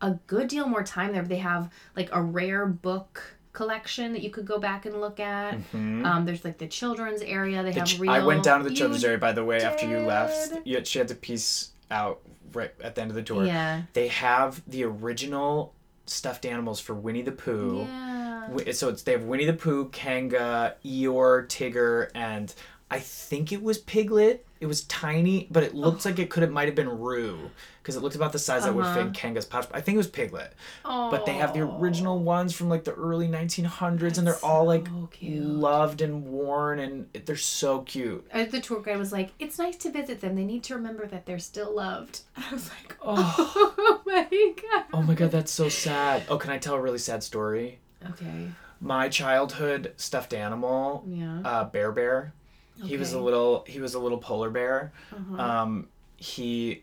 [SPEAKER 1] a good deal more time there. They have like a rare book collection that you could go back and look at. Um, there's like the children's area. They have
[SPEAKER 2] Ch-
[SPEAKER 1] real.
[SPEAKER 2] I went down to Mm-hmm. the
[SPEAKER 1] you-
[SPEAKER 2] children's area, by the way, after you
[SPEAKER 1] did.
[SPEAKER 2] left. Yet she had to piece out right at the end of the tour.
[SPEAKER 1] Yeah.
[SPEAKER 2] They have the original stuffed animals for Winnie the Pooh.
[SPEAKER 1] Yeah.
[SPEAKER 2] Wi- So it's they have Winnie the Pooh, Kanga, Eeyore, Tigger, and I think it was Piglet. It was tiny, but it looked like it could. It might have been Roo, because it looked about the size
[SPEAKER 1] Uh-huh.
[SPEAKER 2] that would fit Kanga's pouch. I think it was Piglet.
[SPEAKER 1] Oh.
[SPEAKER 2] But they have the original ones from like the early 1900s, and they're all like
[SPEAKER 1] so cute.
[SPEAKER 2] loved and worn, and they're so cute.
[SPEAKER 1] Uh, The tour guide was like, "It's nice to visit them. They need to remember that they're still loved." I was like,
[SPEAKER 2] Oh,
[SPEAKER 1] "Oh my god."
[SPEAKER 2] oh my god, that's so sad. Oh, can I tell a really sad story?
[SPEAKER 1] Okay.
[SPEAKER 2] My childhood stuffed animal,
[SPEAKER 1] Yeah.
[SPEAKER 2] uh, Bear Bear. He was a
[SPEAKER 1] Uh-huh. Okay.
[SPEAKER 2] little he was a little polar bear.
[SPEAKER 1] Uh-huh.
[SPEAKER 2] Um, he,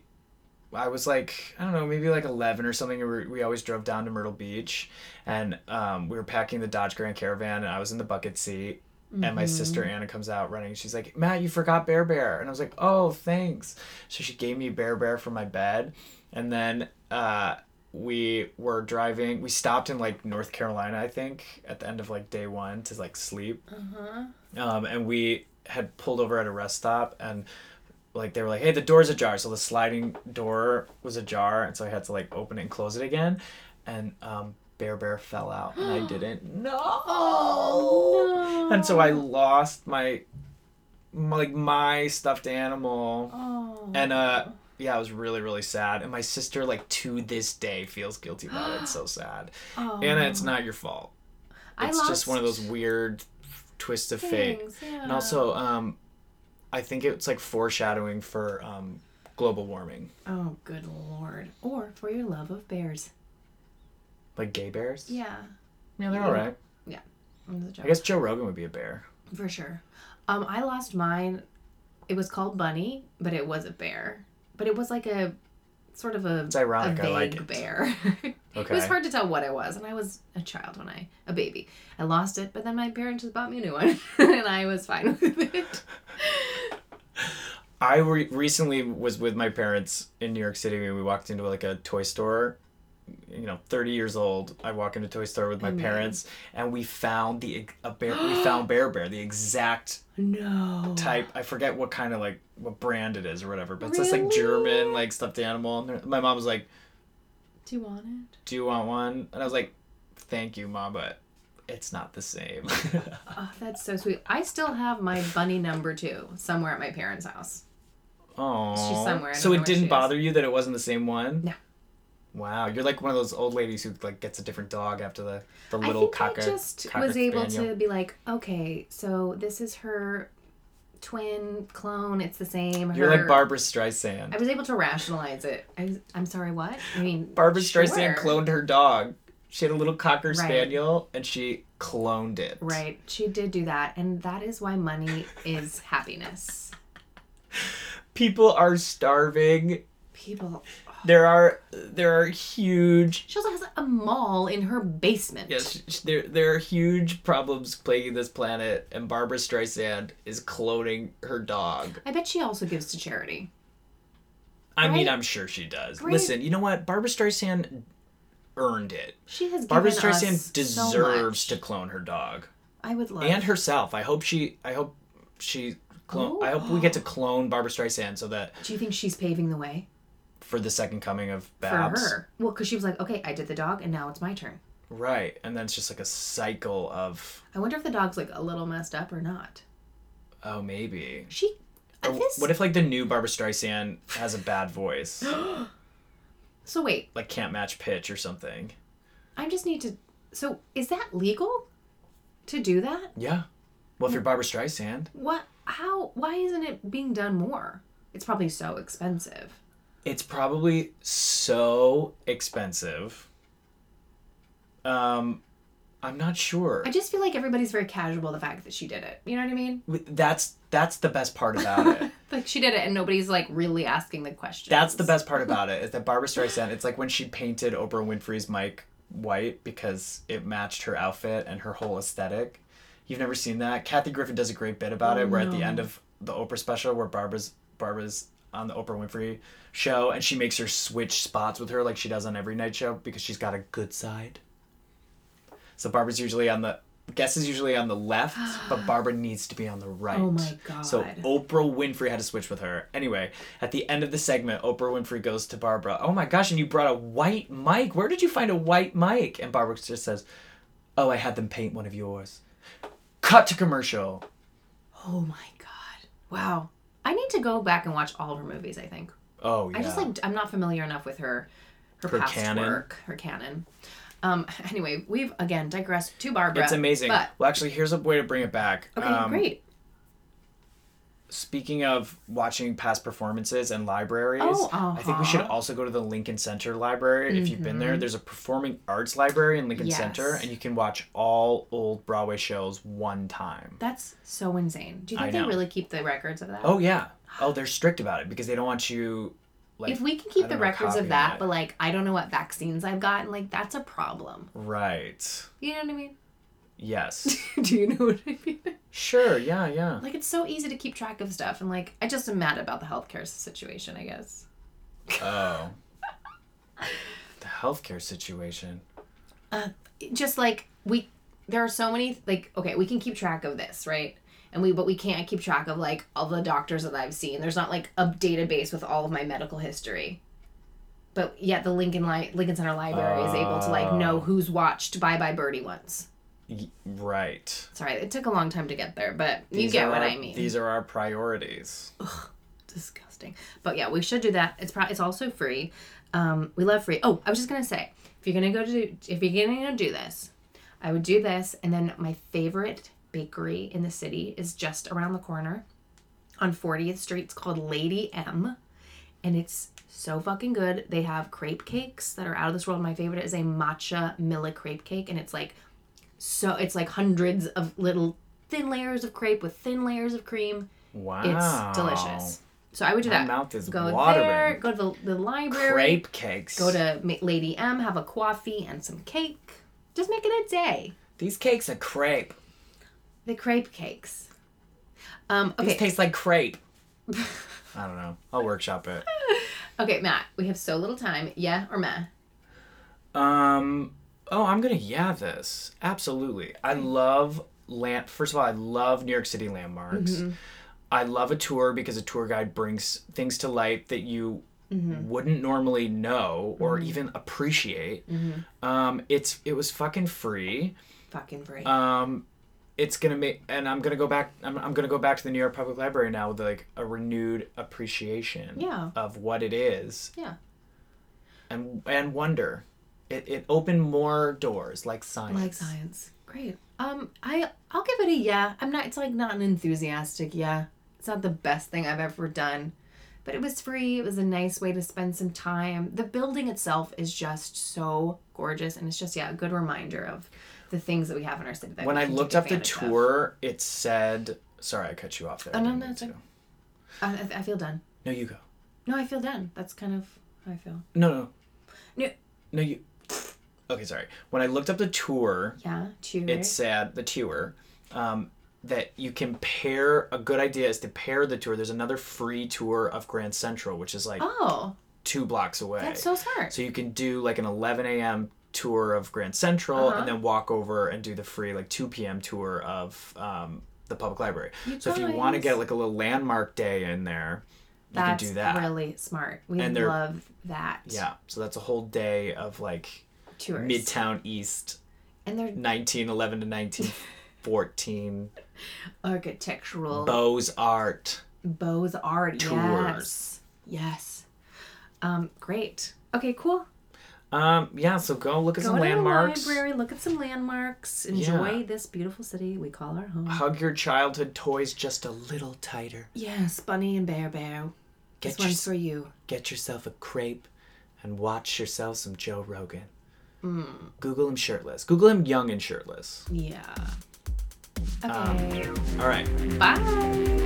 [SPEAKER 2] I was like, I don't know, maybe like 11 or something. and We, we always drove down to Myrtle Beach and um, we were packing the Dodge Grand Caravan and I was in the bucket seat. And my
[SPEAKER 1] Mm-hmm.
[SPEAKER 2] sister Anna comes out running. and She's like, Matt, you forgot Bear Bear. And I was like, oh, thanks. So she gave me Bear Bear for my bed. And then uh, we were driving. We stopped in like North Carolina, I think, at the end of like day one to like sleep
[SPEAKER 1] Uh-huh.
[SPEAKER 2] um, and we had pulled over at a rest stop and like they were like hey the door's ajar so the sliding door was ajar and so i had to like open it and close it again and um, bear bear fell out and i didn't no!
[SPEAKER 1] Oh, no.
[SPEAKER 2] and so i lost my, my like my stuffed animal
[SPEAKER 1] Oh.
[SPEAKER 2] and uh yeah, it was really, really sad. And my sister, like, to this day feels guilty about it. It's so sad.
[SPEAKER 1] Oh.
[SPEAKER 2] Anna, it's not your fault.
[SPEAKER 1] I
[SPEAKER 2] It's just one of
[SPEAKER 1] lost
[SPEAKER 2] those weird twists of fate.
[SPEAKER 1] things, Yeah.
[SPEAKER 2] And also, um, I think it's like foreshadowing for um, global warming,
[SPEAKER 1] Oh, good lord. Or for your love of bears.
[SPEAKER 2] like gay bears.
[SPEAKER 1] Yeah.
[SPEAKER 2] yeah they're all right.
[SPEAKER 1] That was a joke.
[SPEAKER 2] I guess Joe Rogan would be a bear.
[SPEAKER 1] For sure. Um, I lost mine. It was called Bunny, but it was a bear. But it was like a sort of a,
[SPEAKER 2] It's ironic,
[SPEAKER 1] a
[SPEAKER 2] I like
[SPEAKER 1] vague
[SPEAKER 2] it.
[SPEAKER 1] bear. It
[SPEAKER 2] Okay.
[SPEAKER 1] was hard to tell what it was, and I was a child when I a baby. I lost it, but then my parents just bought me a new one, and I was fine with it.
[SPEAKER 2] I re- recently was with my parents in New York City and we walked into like a toy store. You know, thirty years old. I walk into a toy store with my
[SPEAKER 1] Mhm.
[SPEAKER 2] parents, and we found the ex- a bear. we found Bear Bear, the exact
[SPEAKER 1] No.
[SPEAKER 2] type. I forget what kind of like what brand it is or whatever, but it's this like
[SPEAKER 1] Really?
[SPEAKER 2] German like stuffed animal. And my mom was like,
[SPEAKER 1] Do you want it?
[SPEAKER 2] "Do you want one?" And I was like, "Thank you, mom, but it's not the same."
[SPEAKER 1] Oh, that's so sweet. I still have my bunny number two somewhere at my parents' house.
[SPEAKER 2] Oh,
[SPEAKER 1] somewhere, I don't
[SPEAKER 2] So
[SPEAKER 1] know
[SPEAKER 2] it
[SPEAKER 1] where she
[SPEAKER 2] didn't
[SPEAKER 1] is.
[SPEAKER 2] bother you that it wasn't the same one.
[SPEAKER 1] No.
[SPEAKER 2] Wow, you're like one of those old ladies who like gets a different dog after the the
[SPEAKER 1] I
[SPEAKER 2] little
[SPEAKER 1] think
[SPEAKER 2] cocker.
[SPEAKER 1] I just
[SPEAKER 2] cocker
[SPEAKER 1] was able
[SPEAKER 2] spaniel.
[SPEAKER 1] to be like, okay, so this is her twin clone. It's the same.
[SPEAKER 2] You're
[SPEAKER 1] her-
[SPEAKER 2] like Barbara Streisand.
[SPEAKER 1] I was able to rationalize it. I was, I'm sorry, what? I mean,
[SPEAKER 2] Barbara Streisand
[SPEAKER 1] sure.
[SPEAKER 2] cloned her dog. She had a little cocker spaniel and she cloned it.
[SPEAKER 1] Right. She did do that. And that is why money is happiness.
[SPEAKER 2] People are starving.
[SPEAKER 1] People.
[SPEAKER 2] There are there are huge
[SPEAKER 1] She also has a mall in her basement.
[SPEAKER 2] yes sh- there there are huge problems plaguing this planet and Barbara Streisand is cloning her dog.
[SPEAKER 1] I bet she also gives to charity.
[SPEAKER 2] I mean,
[SPEAKER 1] Right?
[SPEAKER 2] I'm sure she does.
[SPEAKER 1] Right.
[SPEAKER 2] Listen, you know what? Barbara Streisand earned it.
[SPEAKER 1] She has given
[SPEAKER 2] Barbara
[SPEAKER 1] us
[SPEAKER 2] Streisand
[SPEAKER 1] so
[SPEAKER 2] deserves
[SPEAKER 1] much.
[SPEAKER 2] to clone her dog
[SPEAKER 1] I would love.
[SPEAKER 2] and herself. I hope she. I hope she. Clone. I hope we get to clone Barbara Streisand so that
[SPEAKER 1] Do you think she's paving the way
[SPEAKER 2] for the second coming of
[SPEAKER 1] for
[SPEAKER 2] Babs,
[SPEAKER 1] her? Well, because she was like, okay, I did the dog, and now it's my turn.
[SPEAKER 2] right? And then it's just like a cycle of
[SPEAKER 1] I wonder if the dog's like a little messed up or not.
[SPEAKER 2] oh maybe.
[SPEAKER 1] She. I
[SPEAKER 2] Or
[SPEAKER 1] this.
[SPEAKER 2] Oh, What if like the new Barbara Streisand has a bad voice,
[SPEAKER 1] so wait,
[SPEAKER 2] like can't match pitch or something?
[SPEAKER 1] I just need to. So is that legal? To do that?
[SPEAKER 2] Yeah. Well, if you're Barbara Streisand,
[SPEAKER 1] What? How? Why isn't it being done more? It's probably so expensive.
[SPEAKER 2] It's probably so expensive. Um, I'm not sure.
[SPEAKER 1] I just feel like everybody's very casual the fact that she did it. You know what I mean?
[SPEAKER 2] W- That's that's the best part about it.
[SPEAKER 1] Like she did it, and nobody's like really asking the question.
[SPEAKER 2] That's the best part about it is that Barbara Streisand. It's like when she painted Oprah Winfrey's mic white because it matched her outfit and her whole aesthetic. You've never seen that. Kathy Griffin does a great bit about it. Where at the
[SPEAKER 1] No.
[SPEAKER 2] end of the Oprah special, where Barbara's Barbara's on the Oprah Winfrey show, and she makes her switch spots with her like she does on every night show because she's got a good side. So Barbara's usually on the guest is usually on the left, but Barbara needs to be on the right.
[SPEAKER 1] Oh my god.
[SPEAKER 2] So Oprah Winfrey had to switch with her. Anyway, at the end of the segment, Oprah Winfrey goes to Barbara, "Oh my gosh, and you brought a white mic. Where did you find a white mic?" And Barbara just says, "Oh, I had them paint one of yours." Cut to commercial.
[SPEAKER 1] oh my god. Wow. I need to go back and watch all of her movies. I think.
[SPEAKER 2] Oh yeah.
[SPEAKER 1] I just like I'm not familiar enough with her, her,
[SPEAKER 2] Her
[SPEAKER 1] past
[SPEAKER 2] canon.
[SPEAKER 1] work, her canon. Um. Anyway, we've again digressed to Barbara.
[SPEAKER 2] it's amazing.
[SPEAKER 1] But
[SPEAKER 2] well, actually, here's a way to bring it back.
[SPEAKER 1] okay,
[SPEAKER 2] Um,
[SPEAKER 1] great.
[SPEAKER 2] Speaking of watching past performances and libraries,
[SPEAKER 1] Oh,
[SPEAKER 2] I think we should
[SPEAKER 1] uh-huh. Mm-hmm.
[SPEAKER 2] also go to the Lincoln Center Library if you've been there. There's a performing arts library in Lincoln Center,
[SPEAKER 1] Yes.
[SPEAKER 2] and you can watch all old Broadway shows one time.
[SPEAKER 1] That's so insane. Do you
[SPEAKER 2] I
[SPEAKER 1] think they
[SPEAKER 2] know.
[SPEAKER 1] really keep the records of that?
[SPEAKER 2] Oh yeah. Oh, they're strict about it because they don't want you. Like,
[SPEAKER 1] if we can keep
[SPEAKER 2] I
[SPEAKER 1] the
[SPEAKER 2] don't know,
[SPEAKER 1] records
[SPEAKER 2] copying
[SPEAKER 1] of that,
[SPEAKER 2] it.
[SPEAKER 1] but like I don't know what vaccines I've gotten, like that's a problem.
[SPEAKER 2] right.
[SPEAKER 1] You know what I mean?
[SPEAKER 2] Yes.
[SPEAKER 1] Do you know what I mean?
[SPEAKER 2] sure. Yeah. Yeah.
[SPEAKER 1] Like it's so easy to keep track of stuff, and like I just am mad about the healthcare situation. I guess
[SPEAKER 2] Oh. the healthcare situation.
[SPEAKER 1] It- just like we, there are so many like okay, we can keep track of this, right? And we but we can't keep track of like all the doctors that I've seen. There's not like a database with all of my medical history. But yet the Lincoln Li- Lincoln Center Library is able to
[SPEAKER 2] Ah.
[SPEAKER 1] like know who's watched Bye Bye Birdie once.
[SPEAKER 2] Y- right.
[SPEAKER 1] Sorry, it took a long time to get there, but you
[SPEAKER 2] These
[SPEAKER 1] get
[SPEAKER 2] are
[SPEAKER 1] what
[SPEAKER 2] our-
[SPEAKER 1] I mean.
[SPEAKER 2] These are our priorities.
[SPEAKER 1] disgusting. But yeah, we should do that. It's probably it's also free. Um, we love free. Oh, I was just gonna say, if you're gonna go to if you're gonna go do this, I would do this. And then my favorite bakery in the city is just around the corner, on 40th Street. It's called Lady M, and it's so fucking good. They have crepe cakes that are out of this world. My favorite is a matcha Mila crepe cake, and it's like so it's like hundreds of little thin layers of crepe with thin layers of cream.
[SPEAKER 2] Wow.
[SPEAKER 1] It's delicious. So I would do
[SPEAKER 2] My
[SPEAKER 1] that.
[SPEAKER 2] mouth is
[SPEAKER 1] go
[SPEAKER 2] watering.
[SPEAKER 1] there. Go to the, the library.
[SPEAKER 2] Crepe cakes.
[SPEAKER 1] Go to Ma- Lady M. Have a coffee and some cake. Just make it a day.
[SPEAKER 2] These cakes are crepe.
[SPEAKER 1] The crepe cakes. Um,
[SPEAKER 2] These
[SPEAKER 1] okay.
[SPEAKER 2] taste like crepe. I don't know. I'll workshop it.
[SPEAKER 1] Okay, Matt, we have so little time. Yeah or meh?
[SPEAKER 2] Um. Oh, I'm gonna yeah this. Absolutely. I love lamp. First of all, I love New York City landmarks.
[SPEAKER 1] Mm-hmm.
[SPEAKER 2] I love a tour because a tour guide brings things to light that you
[SPEAKER 1] Mm-hmm.
[SPEAKER 2] wouldn't normally know or even appreciate.
[SPEAKER 1] Mm-hmm.
[SPEAKER 2] Um, it's it was fucking free.
[SPEAKER 1] Fucking break.
[SPEAKER 2] Um, it's gonna make, and I'm gonna go back. I'm, I'm gonna go back to the New York Public Library now with like a renewed appreciation
[SPEAKER 1] Yeah.
[SPEAKER 2] of what it is
[SPEAKER 1] yeah.
[SPEAKER 2] and and wonder. It, it opened more doors, like science.
[SPEAKER 1] Like science. Great. Um, I I'll give it a yeah. I'm not. It's like not an enthusiastic yeah. It's not the best thing I've ever done, but it was free. It was a nice way to spend some time. The building itself is just so gorgeous, and it's just yeah a good reminder of the things that we have in our city. That
[SPEAKER 2] When
[SPEAKER 1] we
[SPEAKER 2] I
[SPEAKER 1] can
[SPEAKER 2] looked
[SPEAKER 1] take
[SPEAKER 2] up the
[SPEAKER 1] advantage of.
[SPEAKER 2] tour, it said. Sorry, I cut you off there. I
[SPEAKER 1] no,
[SPEAKER 2] didn't
[SPEAKER 1] no,
[SPEAKER 2] mean
[SPEAKER 1] it's
[SPEAKER 2] to.
[SPEAKER 1] okay. I, Uh, I- I feel done.
[SPEAKER 2] No, you go.
[SPEAKER 1] No, I feel done. That's kind of how I feel.
[SPEAKER 2] No, no,
[SPEAKER 1] No.
[SPEAKER 2] no, you. Okay, sorry. When I looked up the tour,
[SPEAKER 1] Yeah, cheers.
[SPEAKER 2] it said the tour um, that you can pair. A good idea is to pair the tour. There's another free tour of Grand Central, which is like
[SPEAKER 1] oh,
[SPEAKER 2] two blocks away.
[SPEAKER 1] that's so smart.
[SPEAKER 2] So you can do like an 11 a.m. tour of Grand Central
[SPEAKER 1] Uh-huh.
[SPEAKER 2] and then walk over and do the free like 2 p.m. tour of um, the public library.
[SPEAKER 1] You
[SPEAKER 2] so if you want to
[SPEAKER 1] guys.
[SPEAKER 2] get like a little landmark day in there, you
[SPEAKER 1] That's
[SPEAKER 2] can do that.
[SPEAKER 1] really smart. We
[SPEAKER 2] And they're-
[SPEAKER 1] love that.
[SPEAKER 2] yeah. So that's a whole day of like
[SPEAKER 1] tours.
[SPEAKER 2] Midtown East
[SPEAKER 1] and they're
[SPEAKER 2] 1911 to 1914
[SPEAKER 1] architectural
[SPEAKER 2] Beaux Art.
[SPEAKER 1] Beaux Art.
[SPEAKER 2] Tours.
[SPEAKER 1] Yes. Yes. Um, great. Okay, cool.
[SPEAKER 2] Um, yeah, so go look at
[SPEAKER 1] Go
[SPEAKER 2] some
[SPEAKER 1] to
[SPEAKER 2] landmarks.
[SPEAKER 1] the library, look at some landmarks, enjoy this beautiful city we call our home.
[SPEAKER 2] Hug your childhood toys just a little tighter.
[SPEAKER 1] Yes, Bunny and Bear Bear. This
[SPEAKER 2] Get your,
[SPEAKER 1] one's for you.
[SPEAKER 2] get yourself a crepe and watch yourself some Joe Rogan.
[SPEAKER 1] Hmm.
[SPEAKER 2] Google him shirtless. Google him young and shirtless.
[SPEAKER 1] Yeah. Okay.
[SPEAKER 2] All right.
[SPEAKER 1] Bye.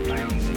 [SPEAKER 2] Bye.